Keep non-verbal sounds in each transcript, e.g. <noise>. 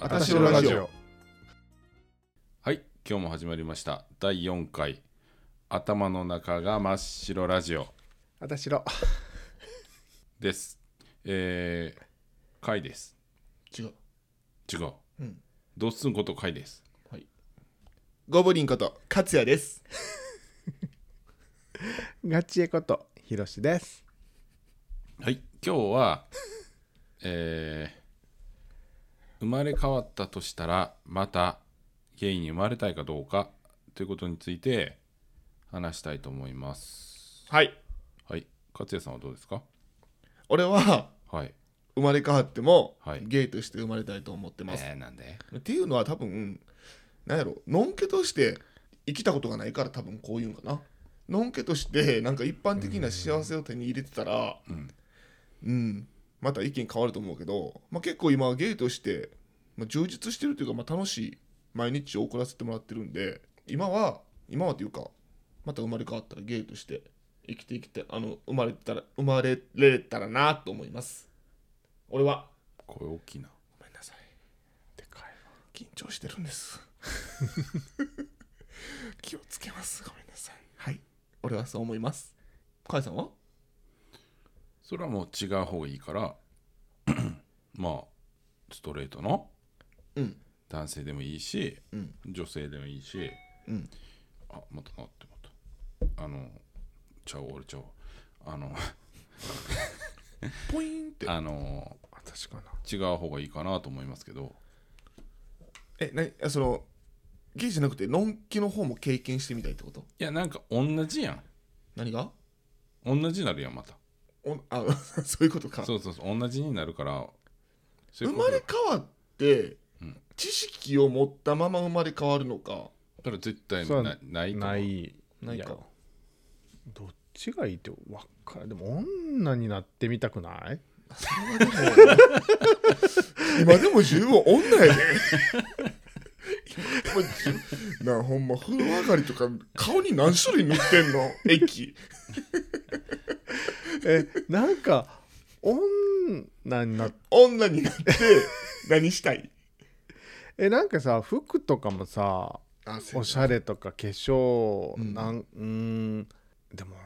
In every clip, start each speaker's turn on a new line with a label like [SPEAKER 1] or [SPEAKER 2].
[SPEAKER 1] あたしのラジオ。
[SPEAKER 2] はい今日も始まりました第4回頭の中が真っ白ラジオ
[SPEAKER 1] あたしろ。
[SPEAKER 2] ですえー、回です
[SPEAKER 3] 違う。
[SPEAKER 2] 違う
[SPEAKER 3] うん。
[SPEAKER 2] どっすんこと回です
[SPEAKER 3] はい。
[SPEAKER 1] ゴブリンこと、
[SPEAKER 3] 勝也です。
[SPEAKER 1] ガチエこと、ひろしです。
[SPEAKER 2] はい今日は <laughs> えー、生まれ変わったとしたらまたゲイに生まれたいかどうかということについて話したいと思います
[SPEAKER 3] はい。
[SPEAKER 2] はい勝也さんはどうですか
[SPEAKER 3] 俺は
[SPEAKER 2] はい
[SPEAKER 3] 生まれ変わっても、
[SPEAKER 2] はい
[SPEAKER 3] ゲイとして生まれたいと思ってます。
[SPEAKER 2] ー、なんで
[SPEAKER 3] っていうのは多分、なんやろ、のんけとして生きたことがないから多分こういうんかな。のんけとしてなんか一般的な幸せを手に入れてたら、
[SPEAKER 2] うん
[SPEAKER 3] うんまた意見変わると思うけど、まあ、結構今はゲイとして、まあ、充実してるというか、まあ、楽しい毎日を送らせてもらってるんで今は今はというかまた生まれ変わったらゲイとして生きて生きてあの生まれたら生まれれたらなと思います俺は
[SPEAKER 2] 声大きいな
[SPEAKER 3] ごめんなさいでかい緊張してるんです <laughs> 気をつけますごめんなさいはい俺はそう思いますカイさんは
[SPEAKER 2] それはもう違う方がいいから <clears throat> まあストレートの
[SPEAKER 3] うん
[SPEAKER 2] 男性でもいいし、
[SPEAKER 3] うん
[SPEAKER 2] 女性でもいいし
[SPEAKER 3] うん
[SPEAKER 2] あまたなってまたあのちゃう俺ちゃうあの
[SPEAKER 3] ポイーンって
[SPEAKER 2] あの
[SPEAKER 1] 私かな。
[SPEAKER 2] 違う方がいいかなと思いますけど
[SPEAKER 3] え、なに、あその、ゲイじゃなくて、のんきの方も経験してみたいってこと
[SPEAKER 2] いやなんか同じやん
[SPEAKER 3] 何が
[SPEAKER 2] 同じになるやんまた
[SPEAKER 3] おあ、 <laughs> そういうことか。
[SPEAKER 2] そうそうそう同じになるからそうい
[SPEAKER 3] 生
[SPEAKER 2] うこと
[SPEAKER 3] まれ変わって、
[SPEAKER 2] うん
[SPEAKER 3] 知識を持ったまま生まれ変わるのか。
[SPEAKER 2] だから絶対
[SPEAKER 1] そう
[SPEAKER 2] なないと思う
[SPEAKER 1] ない。
[SPEAKER 3] ない
[SPEAKER 1] や
[SPEAKER 3] か。
[SPEAKER 1] どっちがいいってわっかる。でも、女になってみたくない
[SPEAKER 3] 今でも十分女やで。今でも十なあほんま風呂上がりとか顔に何種類塗ってんの液
[SPEAKER 1] え、なんか、女になっ
[SPEAKER 3] 女になって何したい
[SPEAKER 1] え、なんかさ、服とかもさ、
[SPEAKER 3] あ
[SPEAKER 1] おしゃれとか化粧、
[SPEAKER 3] うん
[SPEAKER 1] なんうーんでも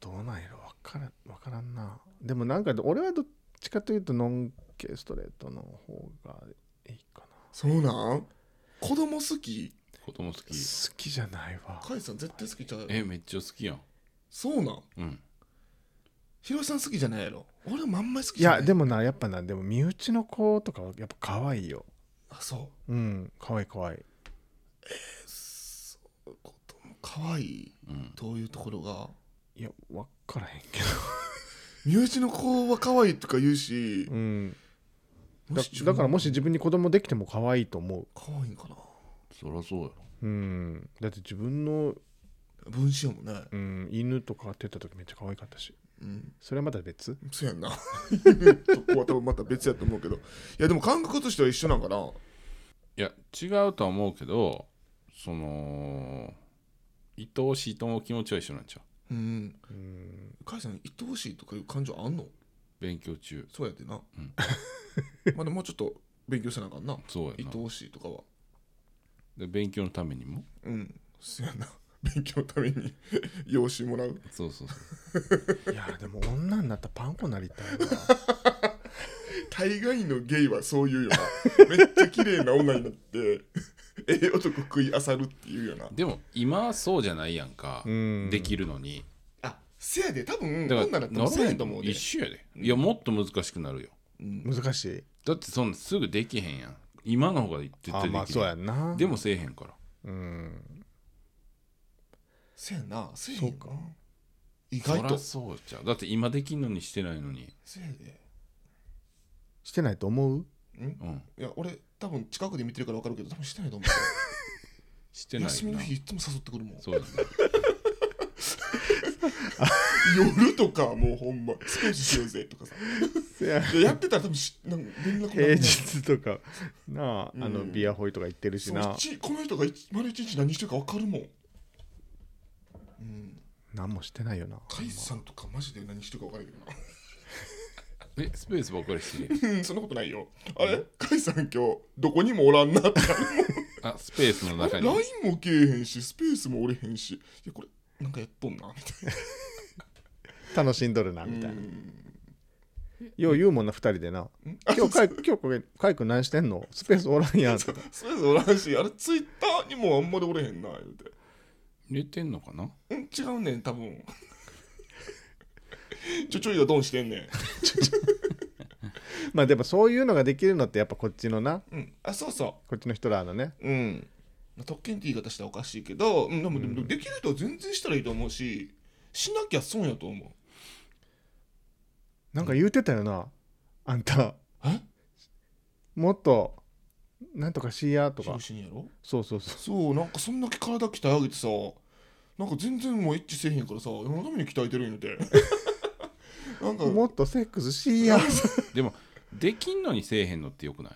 [SPEAKER 1] どうなんやろ分からん分からんなでもなんか俺はどっちかというとノン系ストレートの方がいいかな
[SPEAKER 3] そうなん子供好き
[SPEAKER 2] 子供好き
[SPEAKER 1] 好きじゃないわ
[SPEAKER 3] カイさん絶対好きちゃうやろ
[SPEAKER 2] えめっちゃ好きやん
[SPEAKER 3] そうなん
[SPEAKER 2] うん
[SPEAKER 3] ヒロシさん好きじゃないやろ俺もあんまり好き
[SPEAKER 1] い
[SPEAKER 3] じゃない
[SPEAKER 1] やでもなやっぱなでも身内の子とかはやっぱ可愛いよ
[SPEAKER 3] あそ
[SPEAKER 1] うん可愛い可愛いう
[SPEAKER 3] そういうことも可愛い
[SPEAKER 2] うん
[SPEAKER 3] どういうところが
[SPEAKER 1] いや分からへんけ
[SPEAKER 3] 身内の子は可愛いとか言うし
[SPEAKER 1] ど、 <laughs> うん
[SPEAKER 3] も
[SPEAKER 1] だ
[SPEAKER 3] し自分
[SPEAKER 1] だからもし自分に子供できても可愛いと思う
[SPEAKER 3] 可愛いんかな
[SPEAKER 2] そりゃそうやろ
[SPEAKER 1] うんだって自分の、
[SPEAKER 3] 分子やもんね
[SPEAKER 1] うん、犬とか飼ってた時めっちゃ可愛かったし
[SPEAKER 3] うん
[SPEAKER 1] それはまた別
[SPEAKER 3] そうや <laughs> んなそこは多分また別やと思うけどいやでも感覚としては一緒なんかない
[SPEAKER 2] や違うとは思うけどその愛おしいと思う気持ちは一緒なんちゃう
[SPEAKER 3] うん
[SPEAKER 1] うん
[SPEAKER 3] カイさん愛おしいとかいう感情あんの
[SPEAKER 2] 勉強中
[SPEAKER 3] そうやってな、
[SPEAKER 2] うん
[SPEAKER 3] まだもうちょっと勉強せなあかんな
[SPEAKER 2] そうや
[SPEAKER 3] 愛
[SPEAKER 2] な
[SPEAKER 3] おしいとかは
[SPEAKER 2] で勉強のためにも
[SPEAKER 3] うんそうやな勉強のために養子もらう
[SPEAKER 2] そうそうそう
[SPEAKER 1] いやでも女になったらパン粉なりたいわ
[SPEAKER 3] 大概のゲイはそう言うよなめっちゃ綺麗な女になってええ男食い漁るっていうよな
[SPEAKER 2] でも今はそうじゃないやんか、
[SPEAKER 1] うん
[SPEAKER 2] できるのに
[SPEAKER 3] あせやで多分
[SPEAKER 2] だ
[SPEAKER 3] 女に
[SPEAKER 2] か
[SPEAKER 3] な
[SPEAKER 2] ら
[SPEAKER 3] ったらせ
[SPEAKER 2] な
[SPEAKER 3] や
[SPEAKER 2] ら
[SPEAKER 3] と思うで
[SPEAKER 2] 一緒やでいやもっと難しくなるよ
[SPEAKER 3] うん
[SPEAKER 1] 難しい
[SPEAKER 2] だってそんなすぐできへんやん今の方が絶対
[SPEAKER 1] あ
[SPEAKER 2] できる
[SPEAKER 1] まあそうやんな
[SPEAKER 2] でもせえへんから
[SPEAKER 1] うん
[SPEAKER 3] せやなせやよな
[SPEAKER 1] そうか
[SPEAKER 3] 意
[SPEAKER 2] そ
[SPEAKER 3] 外
[SPEAKER 2] りゃ
[SPEAKER 3] と
[SPEAKER 2] そうじゃうだって今できんのにしてないのに
[SPEAKER 3] せやで
[SPEAKER 1] してないと思うん
[SPEAKER 2] うん
[SPEAKER 3] いや俺多分近くで見てるから分かるけど多分してないと思う
[SPEAKER 2] してない
[SPEAKER 3] 休みの
[SPEAKER 2] な
[SPEAKER 3] 日いつも誘ってくるもん
[SPEAKER 2] そうやな
[SPEAKER 3] 夜とかもうほんまスペースしようぜとかさでやってたら多分しなんか連絡なく
[SPEAKER 1] <laughs>
[SPEAKER 3] な
[SPEAKER 1] 平
[SPEAKER 3] る
[SPEAKER 1] 日とかなああの
[SPEAKER 3] うん
[SPEAKER 1] ビアホイとか行ってるし
[SPEAKER 3] そ
[SPEAKER 1] な
[SPEAKER 3] っちこの人が一丸一日何してるか分かるもんうん
[SPEAKER 1] 何もしてないよな
[SPEAKER 3] カイさんとかマジで何してるか分からんけどな
[SPEAKER 2] えスペースばっかりしてる
[SPEAKER 3] うんそんなことないよあれ甲斐さん今日どこにもおらんなって
[SPEAKER 2] あスペースの中
[SPEAKER 3] <laughs> LINE
[SPEAKER 2] に
[SPEAKER 3] もけえへんしスペースもおれへんしいやこれなんかやっとんなみたい
[SPEAKER 1] 楽しんどるなみた
[SPEAKER 3] な
[SPEAKER 1] いうな。
[SPEAKER 3] ん
[SPEAKER 1] よう言うもんな2人でな
[SPEAKER 3] うん
[SPEAKER 1] 「今日かい今日これかいくん何してんのスペースおらんやん」とか
[SPEAKER 3] スペースおらんしあれツイッターにもあんまりおれへんな言うて
[SPEAKER 2] 寝てんのかな
[SPEAKER 3] うん違うねん多分 <laughs> ちょちょいがドンしてんねん
[SPEAKER 1] まあでもそういうのができるのってやっぱこっちのな
[SPEAKER 3] うん、あそうそ
[SPEAKER 1] こっちの人らのね
[SPEAKER 3] う、うん、まあ特権って言い方したらおかしいけど、うん、でもでもできる人は全然したらいいと思うししなきゃ損やと思う
[SPEAKER 1] なんか言うてたよなあんた
[SPEAKER 3] え
[SPEAKER 1] もっとなんとかしいやとか
[SPEAKER 3] 広しにやろ
[SPEAKER 1] そうそうそう
[SPEAKER 3] そうなんかそんだけ体鍛え上げてさなんか全然もうエッチせえへんからさ何のために鍛えてるんやてなんか
[SPEAKER 1] もっとセックスしいや
[SPEAKER 2] でもできんのにせえへんのってよくな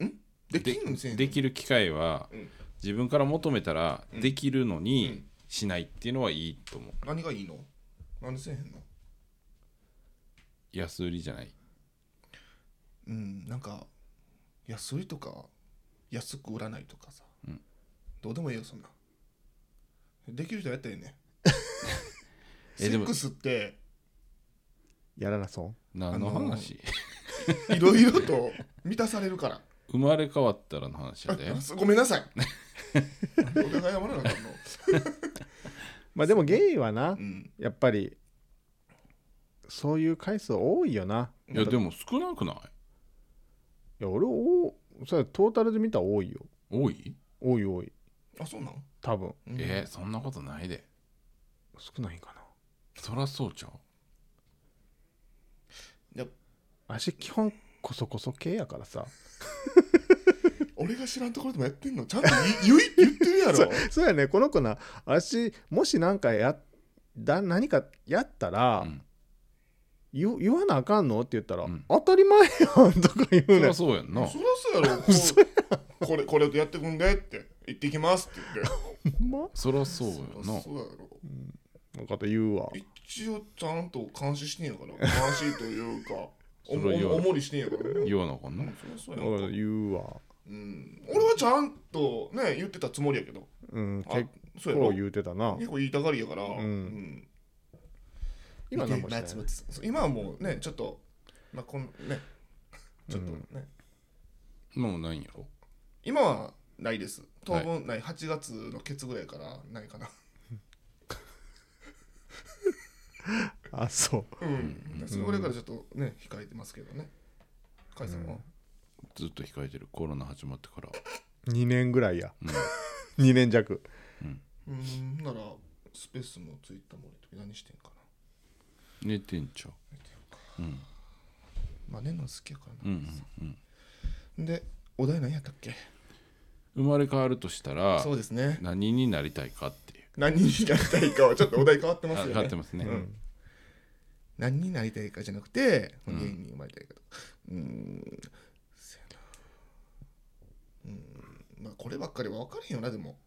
[SPEAKER 2] い
[SPEAKER 3] できんのせえへん
[SPEAKER 2] できる機会は、
[SPEAKER 3] うん
[SPEAKER 2] 自分から求めたら
[SPEAKER 3] うん
[SPEAKER 2] できるの
[SPEAKER 3] う
[SPEAKER 2] に
[SPEAKER 3] ん
[SPEAKER 2] しないっていうのはいいと思う
[SPEAKER 3] 何がいいの何せえへんの
[SPEAKER 2] 安売りじゃない
[SPEAKER 3] うんなんか安いとか安く売らないとかさ、
[SPEAKER 2] うん
[SPEAKER 3] どうでもいいよそんなできる人はやったらええねん
[SPEAKER 2] え
[SPEAKER 3] セ
[SPEAKER 2] でも
[SPEAKER 3] ックスって
[SPEAKER 1] やらなそ
[SPEAKER 2] 何の話、
[SPEAKER 3] いろいろと満たされるから
[SPEAKER 2] 生まれ変わったらの話やで
[SPEAKER 3] あ <laughs> すごめんなさいお互い謝らなあかんの、
[SPEAKER 1] うまあでもゲイはな
[SPEAKER 3] うん、
[SPEAKER 1] やっぱりそういう回数多いよない
[SPEAKER 2] やでも少なくない
[SPEAKER 1] いや俺おそれトータルで見たら多いよ
[SPEAKER 2] 多い、
[SPEAKER 1] 多い多い
[SPEAKER 3] あそうなん、
[SPEAKER 1] 多分
[SPEAKER 3] うん
[SPEAKER 2] えーそんなことないで
[SPEAKER 1] 少ないんかな
[SPEAKER 2] そらそうちゃう
[SPEAKER 3] いや
[SPEAKER 1] 足基本こそこそ系やからさ
[SPEAKER 3] 俺が知らんところでもやってんのちゃんと言い言いって言って
[SPEAKER 2] <laughs>
[SPEAKER 3] るやろ
[SPEAKER 1] そうやねこの子な足もし何かやだ何かやったら、
[SPEAKER 2] うん
[SPEAKER 1] 言言わなあかんのって言ったら、
[SPEAKER 2] うん
[SPEAKER 1] 当たり前やんとか言う
[SPEAKER 2] そ
[SPEAKER 1] ね
[SPEAKER 2] ら
[SPEAKER 1] ん
[SPEAKER 2] そうやんな
[SPEAKER 3] そりゃそうやろこうこれこれとやってくんでって行ってきますって言って
[SPEAKER 1] ほんま
[SPEAKER 2] そらそうやん
[SPEAKER 3] そり
[SPEAKER 2] な
[SPEAKER 3] ゃそうやろ
[SPEAKER 1] なんかと言うわ
[SPEAKER 3] 一応ちゃんと監視してんやから監視というかお
[SPEAKER 2] それは言わな
[SPEAKER 3] も
[SPEAKER 2] い
[SPEAKER 3] おもりしてんやからね
[SPEAKER 2] 言わなあかんな
[SPEAKER 3] うんそりゃそうや
[SPEAKER 1] なん
[SPEAKER 3] ん
[SPEAKER 1] か
[SPEAKER 3] か
[SPEAKER 1] と言うわ
[SPEAKER 3] うん俺はちゃんとね言ってたつもりやけど
[SPEAKER 1] うん
[SPEAKER 3] あ
[SPEAKER 1] 結
[SPEAKER 3] そうや
[SPEAKER 1] 構
[SPEAKER 3] ろ
[SPEAKER 1] 言うてたな
[SPEAKER 3] 結構言いたがりやから、
[SPEAKER 1] ん
[SPEAKER 3] うん
[SPEAKER 1] 今何もしてな
[SPEAKER 3] まあ
[SPEAKER 1] い
[SPEAKER 3] つまつそう今はもうねちょっとまあこんねちょっとね、
[SPEAKER 2] もうないんやろ
[SPEAKER 3] 今はないです当分ない、8月のケツぐらいからないかな
[SPEAKER 1] あそう
[SPEAKER 3] <laughs> うん、それぐらいからちょっとね控えてますけどね甲斐さんは、
[SPEAKER 2] ずっと控えてるコロナ始まってから
[SPEAKER 1] 2年ぐらいや、
[SPEAKER 2] うん
[SPEAKER 1] 2年弱
[SPEAKER 3] うん、ならスペースもツイッターも俺と何してんかな
[SPEAKER 2] 寝てんちゃ
[SPEAKER 3] まあねんの好きやから
[SPEAKER 2] うう
[SPEAKER 3] な、
[SPEAKER 2] んうんうん
[SPEAKER 3] でお題何やったっけ
[SPEAKER 2] 生まれ変わるとしたら
[SPEAKER 3] そうですね
[SPEAKER 2] 何になりたいかっていう
[SPEAKER 3] 何になりたいかはちょっとお題変わってま
[SPEAKER 2] あ
[SPEAKER 3] すよね
[SPEAKER 2] 変わってますね、
[SPEAKER 3] うん何になりたいかじゃなくて、芸人に生まれたいかとかうーんせやなうーんまあこればっかりは分からへんよなでも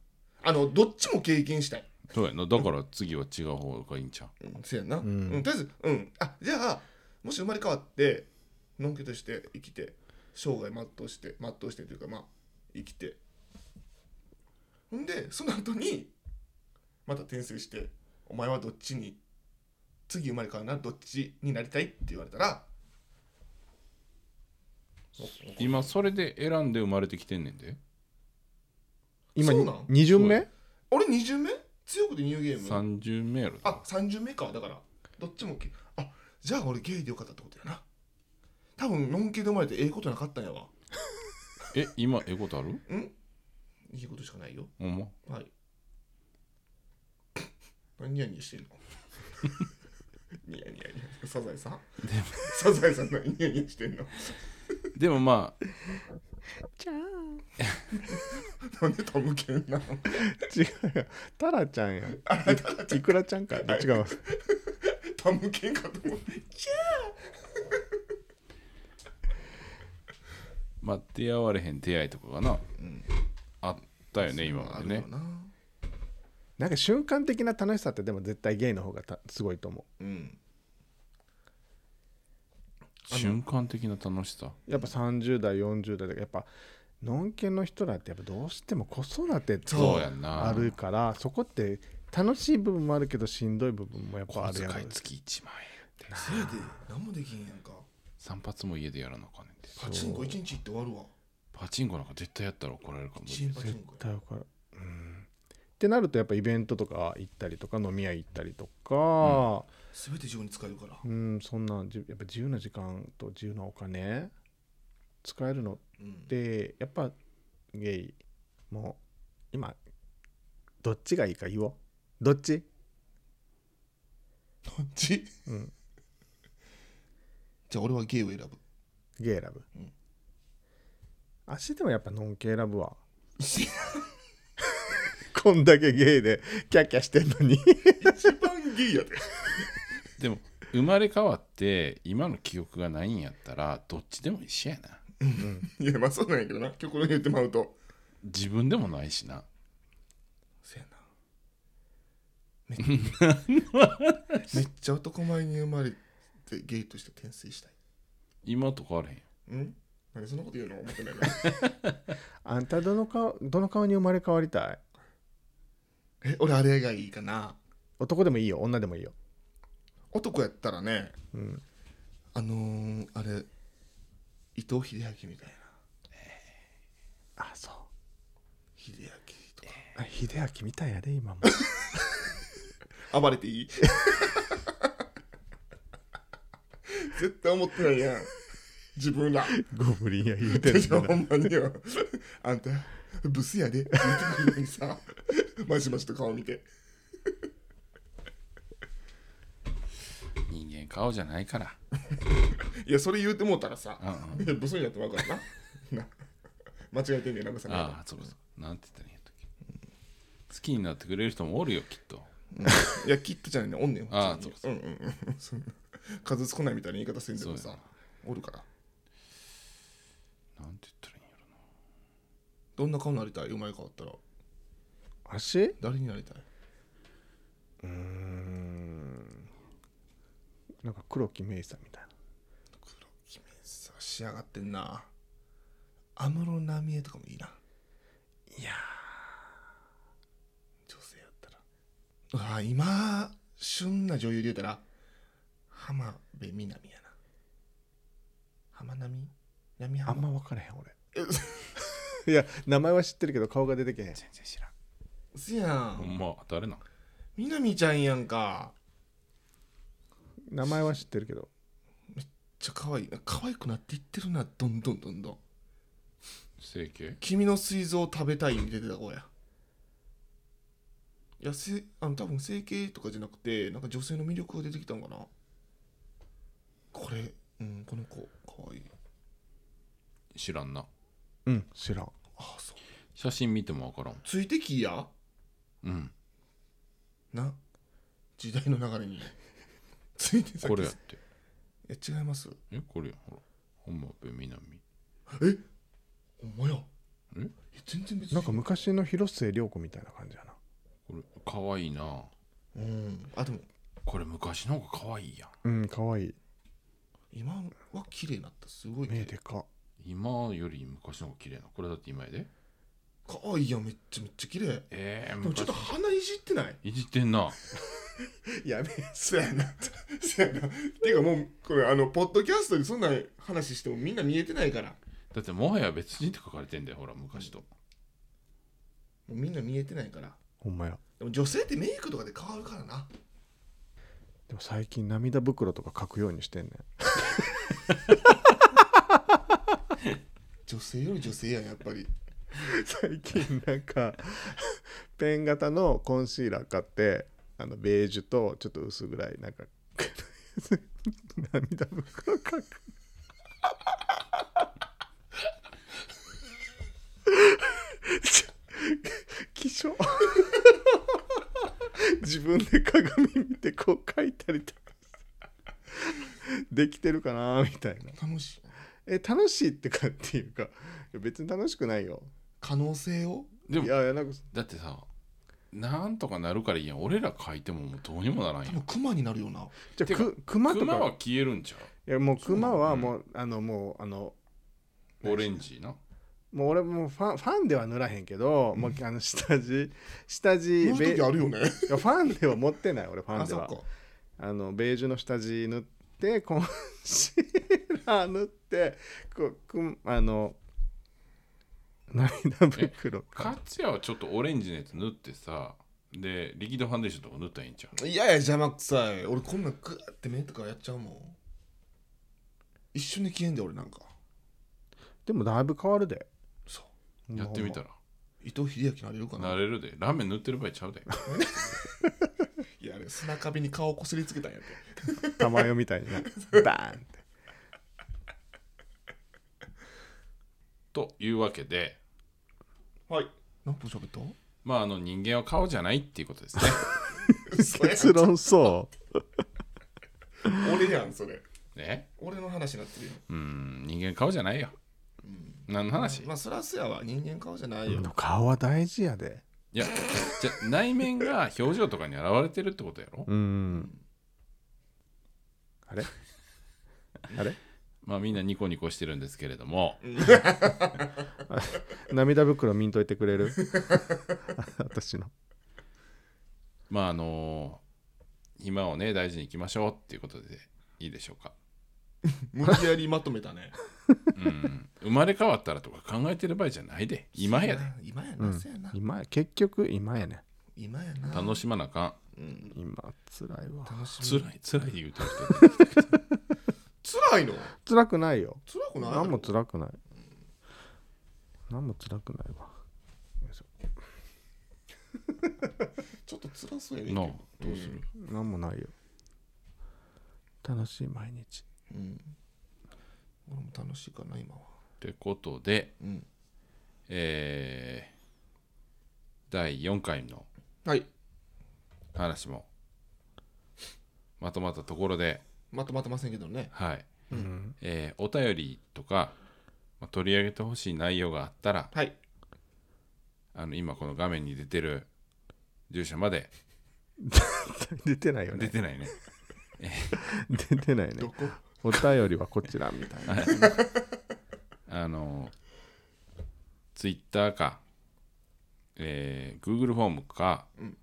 [SPEAKER 3] あのどっちも経験したい
[SPEAKER 2] そうやなだから次は違う方がいいんちゃう
[SPEAKER 3] うんせやな、うんんとりあえずうんあじゃあもし生まれ変わってのんけとして生きて生涯全うして全うしてというかまあ生きてほんでその後にまた転生して「お前はどっちに次生まれ変わるならどっちになりたい?」って言われたら
[SPEAKER 2] 今それで選んで生まれてきてんねんで
[SPEAKER 1] 今
[SPEAKER 3] そうなん
[SPEAKER 1] 2巡目
[SPEAKER 3] 俺2巡目強くてニューゲーム
[SPEAKER 2] 30メール
[SPEAKER 3] あ三30目かだからどっちもけあじゃあ俺ゲイでよかったってことやな多分のんけで生まれてええことなかったんやわ
[SPEAKER 2] え今ええことある
[SPEAKER 3] うんいいことしかないよ。
[SPEAKER 2] ほんま
[SPEAKER 3] はい。 <laughs> 何やにしてんの <laughs> ニヤニヤニヤ。サザエさんサザエさん何ニヤニヤしてんの <laughs>
[SPEAKER 2] でもまあ
[SPEAKER 3] なんでトムケンなの <laughs>
[SPEAKER 1] 違うよタラちゃんやいいくらちゃんか
[SPEAKER 3] はい
[SPEAKER 1] 違う
[SPEAKER 3] トムケンかと思って。
[SPEAKER 2] まあ出会われへん出会いとかがな、あったよね今ま
[SPEAKER 3] あ
[SPEAKER 2] で
[SPEAKER 3] る
[SPEAKER 2] ね
[SPEAKER 3] よな。
[SPEAKER 1] なんか瞬間的な楽しさってでも絶対ゲイの方がたすごいと思
[SPEAKER 3] うん。
[SPEAKER 2] 瞬間的な楽しさ
[SPEAKER 1] やっぱ30代40代とかやっぱのんけの人らってやっぱどうしても子育てって
[SPEAKER 3] そう
[SPEAKER 2] そうやんな
[SPEAKER 1] あるからそこって楽しい部分もあるけどしんどい部分もやっ
[SPEAKER 2] 小
[SPEAKER 1] ぱある
[SPEAKER 2] 遣
[SPEAKER 1] やん
[SPEAKER 2] い月1万円
[SPEAKER 3] せやで何もできへんやんか
[SPEAKER 2] 散髪も家でやらなあかんねんて
[SPEAKER 3] パチンコ一日行って終わるわ
[SPEAKER 2] パチンコなんか絶対やったら怒られるかも
[SPEAKER 3] 一日パチンコや
[SPEAKER 1] だからうんってなるとやっぱイベントとか行ったりとか飲み屋行ったりとか、
[SPEAKER 3] 全て自分に使えるから
[SPEAKER 1] うんそんなんじゅやっぱ自由な時間と自由なお金使えるのっ
[SPEAKER 3] うん
[SPEAKER 1] てやっぱゲイもう今どっちがいいか言おうどっち
[SPEAKER 3] どっち
[SPEAKER 1] うん
[SPEAKER 3] じゃあ俺はゲイを選ぶ
[SPEAKER 1] ゲイ選ぶ、
[SPEAKER 3] うん
[SPEAKER 1] 足でもやっぱノンケ選ぶわこんだけゲイでキャッキャしてんのに
[SPEAKER 3] 一番ゲイやで
[SPEAKER 2] でも生まれ変わって今の記憶がないんやったらどっちでも一緒やない
[SPEAKER 3] やまあそうなんやけどな極論言ってまうと
[SPEAKER 2] 自分でもないしな
[SPEAKER 3] せやなめっ <laughs> めっちゃ男前に生まれてゲイとして転生したい
[SPEAKER 2] 今と変わらへんよ
[SPEAKER 3] うん何そんなこと言うの思ってないな
[SPEAKER 1] <laughs> あんたどの顔どの顔に生まれ変わりたい
[SPEAKER 3] <laughs> え俺あれがいいかな
[SPEAKER 1] 男でもいいよ女でもいいよ、
[SPEAKER 3] 男やったらね
[SPEAKER 1] うん、
[SPEAKER 3] あのー、あれ伊藤英明みたいな
[SPEAKER 1] あそう
[SPEAKER 3] 秀明とか
[SPEAKER 1] あ秀明みたいやで今も
[SPEAKER 3] 暴れていい <laughs> 絶対思ってないやん自分ら
[SPEAKER 1] <laughs> ゴブリンや言うて
[SPEAKER 3] で
[SPEAKER 1] る
[SPEAKER 3] しょほんまによあんたブスやでって言ってくるのにさマシマシと顔見て
[SPEAKER 2] 人間顔じゃないから
[SPEAKER 3] いやそれ言うてもうたらさ、
[SPEAKER 2] うん
[SPEAKER 3] いやブスになってまうからなな間違えてんねんなんかさ
[SPEAKER 2] ああそうかそうなんて言ったらいいんやったっけ好きになってくれる人もおるよきっと
[SPEAKER 3] いやきっとじゃないねおんねん
[SPEAKER 2] ああ
[SPEAKER 3] 普通にうんうんうんそんな数少ないみたいな言い方せんでも
[SPEAKER 2] そう
[SPEAKER 3] さ
[SPEAKER 2] や
[SPEAKER 3] おるから
[SPEAKER 2] なんて言ったらいいんやろな
[SPEAKER 3] どんな顔になりたい生まれ変わったら
[SPEAKER 1] 足
[SPEAKER 3] 誰になりたいう
[SPEAKER 1] ーんなんか黒木メイさんみたいな
[SPEAKER 3] 黒木メイさん仕上がってんな安室奈美恵とかもいいないや女性やったらあ今旬な女優で言うたら浜辺美波やな浜波波
[SPEAKER 1] あんま
[SPEAKER 3] 浜
[SPEAKER 1] 分からへん <laughs> 俺いや名前は知ってるけど顔が出てけへん
[SPEAKER 2] 全然知らん
[SPEAKER 3] せや
[SPEAKER 2] ほ
[SPEAKER 3] ん
[SPEAKER 2] んま誰なん
[SPEAKER 3] みなみちゃんやんか
[SPEAKER 1] 名前は知ってるけど
[SPEAKER 3] めっちゃ可愛いな可愛くなっていってるなどんどんどんどん
[SPEAKER 2] 整形
[SPEAKER 3] 君の膵臓を食べたいに出てた子やいやせあの多分整形とかじゃなくてなんか女性の魅力が出てきたんかなこれうんこの子可愛い
[SPEAKER 2] 知らんな
[SPEAKER 1] うん知らん
[SPEAKER 3] ああそう
[SPEAKER 2] 写真見ても分からん
[SPEAKER 3] ついてきいや
[SPEAKER 2] うん
[SPEAKER 3] な時代の流れに <laughs> ついてさっき
[SPEAKER 2] これやって
[SPEAKER 3] え違います
[SPEAKER 2] えこれやほら本間部南
[SPEAKER 3] えお前や
[SPEAKER 2] え
[SPEAKER 3] え全然別に
[SPEAKER 1] なんか昔の広末涼子みたいな感じやな
[SPEAKER 2] これかわいいな
[SPEAKER 3] うんあでも
[SPEAKER 2] これ昔の方がかわいいやん
[SPEAKER 1] うん可愛い
[SPEAKER 3] 今は綺麗になったすごい
[SPEAKER 1] 目
[SPEAKER 3] ね
[SPEAKER 1] でか
[SPEAKER 2] 今より昔の方が綺麗なこれだって今やで
[SPEAKER 3] 可愛いやんめっちゃめっちゃ綺麗
[SPEAKER 2] ええ
[SPEAKER 3] でもちょっと鼻いじってない
[SPEAKER 2] いじってんな
[SPEAKER 1] やべ
[SPEAKER 3] そうやな。そうやな。てかもう、これ、あの、ポッドキャストでそんな話してもみんな見えてないから。も
[SPEAKER 2] だってもはや別人って書かれてんだよほら昔と
[SPEAKER 3] うみんな見えてないから。
[SPEAKER 1] ほんまや
[SPEAKER 3] でも女性ってメイクとかで変わるからな。
[SPEAKER 1] でも最近涙袋とか書くようにしてんね
[SPEAKER 3] 女性より女性やん、やっぱり。
[SPEAKER 1] ん最近なんかペン型のコンシーラー買ってあのベージュとちょっと薄暗いなんか <laughs> 涙袋書く <laughs> ちょ気象自分で鏡見てこう書いたりとかできてるかなみたいな
[SPEAKER 3] 楽しい。
[SPEAKER 1] え楽しいってかっていうかいや別に楽しくないよ
[SPEAKER 3] 可能性を
[SPEAKER 2] で
[SPEAKER 1] い
[SPEAKER 2] も
[SPEAKER 1] やいやなんか
[SPEAKER 2] だってさなんとかなるからいいやん俺ら書いてももうどうにもならんや
[SPEAKER 3] 多
[SPEAKER 2] ん
[SPEAKER 3] 分クマになるよな。
[SPEAKER 1] じゃ
[SPEAKER 2] て
[SPEAKER 1] あ
[SPEAKER 2] か
[SPEAKER 1] く熊と
[SPEAKER 2] 熊は
[SPEAKER 1] か
[SPEAKER 2] 消えるんちゃう
[SPEAKER 1] いやもう
[SPEAKER 2] そうな
[SPEAKER 1] 熊
[SPEAKER 2] の
[SPEAKER 1] はもう、あのもうあの
[SPEAKER 2] オレンジな
[SPEAKER 1] もう俺もファンファンでは塗らへんけど、もうあの下地下地
[SPEAKER 3] 塗る
[SPEAKER 1] ベい
[SPEAKER 3] 時あるよね
[SPEAKER 1] やファンでは持ってない俺ファン
[SPEAKER 3] あ
[SPEAKER 1] で
[SPEAKER 3] そっ
[SPEAKER 1] は
[SPEAKER 3] か
[SPEAKER 1] あのベージュの下地塗ってコンシーラー塗ってこくんあの涙袋
[SPEAKER 2] 勝也はちょっとオレンジのやつ塗ってさでリキッドファンデーションとか塗ったらいいんちゃう
[SPEAKER 3] いやいや邪魔くさい俺こんなんグーって目とかやっちゃうもん一瞬で消えんだよ俺なんか
[SPEAKER 1] でもだいぶ変わるで
[SPEAKER 3] そう
[SPEAKER 2] やってみたら
[SPEAKER 3] 伊藤英明なれるかな
[SPEAKER 2] なれるでラーメン塗ってる場合ちゃうで
[SPEAKER 3] いやあれ砂壁に顔をこすりつけたんやって
[SPEAKER 1] 玉代みたいになバーンって
[SPEAKER 2] というわけで
[SPEAKER 3] はい何分喋った
[SPEAKER 2] まああの人間は顔じゃないっていうことですね
[SPEAKER 3] 嘘や
[SPEAKER 1] 結論そう
[SPEAKER 3] <laughs> 俺やんそれ
[SPEAKER 2] ね
[SPEAKER 3] 俺の話になってるよ
[SPEAKER 2] うん人間顔じゃないよ何の話
[SPEAKER 3] まあそらすやは人間顔じゃないよ
[SPEAKER 1] でも顔は大事やで
[SPEAKER 2] いやじゃ内面が表情とかに現れてるってことやろ
[SPEAKER 1] うんあれあれ
[SPEAKER 2] まあみんなニコニコしてるんですけれども
[SPEAKER 1] 涙袋見んといてくれる <laughs> 私の
[SPEAKER 2] まああの今をね大事にいきましょうっていうことでいいでしょうか
[SPEAKER 3] 無理やりまとめたね
[SPEAKER 2] うん生まれ変わったらとか考えてる場合じゃないで <laughs> 今やで
[SPEAKER 3] 今や
[SPEAKER 1] う
[SPEAKER 3] なんそやな
[SPEAKER 1] 今や結局今やね
[SPEAKER 3] 今やな
[SPEAKER 2] 楽しまなあかん
[SPEAKER 3] うん
[SPEAKER 1] 今辛いわ
[SPEAKER 3] 楽し
[SPEAKER 2] 辛
[SPEAKER 3] み
[SPEAKER 2] い辛い言うてる
[SPEAKER 3] 辛いの
[SPEAKER 1] 辛くないよ
[SPEAKER 3] 辛くない
[SPEAKER 1] 何も辛くない何も辛くないわよいしょ
[SPEAKER 3] ちょっと辛そうや
[SPEAKER 2] 人な
[SPEAKER 3] ね
[SPEAKER 2] あどうする
[SPEAKER 1] 何もないよ楽しい毎日
[SPEAKER 3] うん俺も楽しいかな今は
[SPEAKER 2] ってことで
[SPEAKER 3] うん
[SPEAKER 2] えー第4回の
[SPEAKER 3] はい
[SPEAKER 2] 話もまとまったところで
[SPEAKER 3] まとまってませんけどね
[SPEAKER 2] はい、
[SPEAKER 1] うん
[SPEAKER 2] えーお便りとか、まあ取り上げてほしい内容があったら
[SPEAKER 3] はい
[SPEAKER 2] あの今この画面に出てる住所まで
[SPEAKER 1] 出てないよ
[SPEAKER 2] 出
[SPEAKER 1] ね
[SPEAKER 2] てないね
[SPEAKER 1] 出てない
[SPEAKER 3] ど
[SPEAKER 1] ね
[SPEAKER 3] こ
[SPEAKER 1] お便りはこちらみたいな
[SPEAKER 2] あのツイッターか、えー Google フォームか、
[SPEAKER 3] うん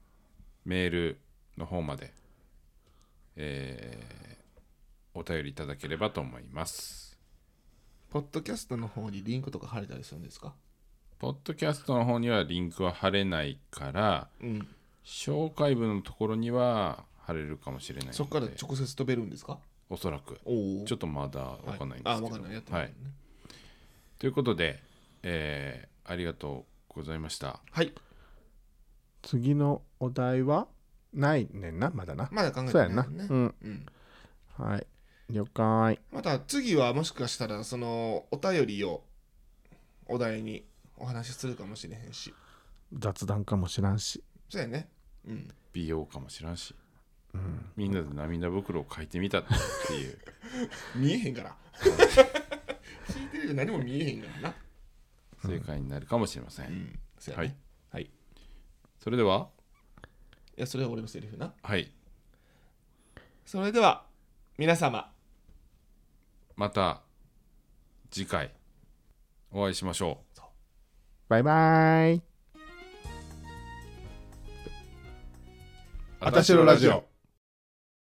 [SPEAKER 2] メールの方まで、えーお便りいただければと思います
[SPEAKER 3] ポッドキャストの方にリンクとか貼れたりするんですか
[SPEAKER 2] ポッドキャストの方にはリンクは貼れないから
[SPEAKER 3] うん
[SPEAKER 2] 紹介文のところには貼れるかもしれないので
[SPEAKER 3] そこから直接飛べるんですか
[SPEAKER 2] おそらく
[SPEAKER 3] おお
[SPEAKER 2] ちょっとまだわかんないんですけど、
[SPEAKER 3] あわかんないやってみ
[SPEAKER 2] は
[SPEAKER 3] る
[SPEAKER 2] い
[SPEAKER 3] ね、
[SPEAKER 2] ということで、えーありがとうございました
[SPEAKER 3] はい
[SPEAKER 1] 次のお題はないねんなまだな
[SPEAKER 3] まだ考えて
[SPEAKER 1] そう
[SPEAKER 3] な
[SPEAKER 1] やん
[SPEAKER 3] い
[SPEAKER 1] な
[SPEAKER 3] よね
[SPEAKER 1] うん
[SPEAKER 3] うん
[SPEAKER 1] はい了解
[SPEAKER 3] また次はもしかしたらそのお便りをお題にお話しするかもしれへんし
[SPEAKER 1] 雑談かもしらんし
[SPEAKER 3] そうやねうん
[SPEAKER 2] 美容かもしらんし、みんなで涙袋を書いてみたって
[SPEAKER 3] <laughs>
[SPEAKER 2] いう
[SPEAKER 3] 見えへんから <laughs> 聞いてるよ何も見えへんからな
[SPEAKER 2] 正解になるかもしれません、
[SPEAKER 3] うんそうや
[SPEAKER 2] はい
[SPEAKER 3] ねはいい
[SPEAKER 2] それでは
[SPEAKER 3] やそれは俺のセリフな
[SPEAKER 2] はい
[SPEAKER 3] それでは皆様
[SPEAKER 2] また次回お会いしましょう
[SPEAKER 1] バイバイ
[SPEAKER 3] 私のラジオ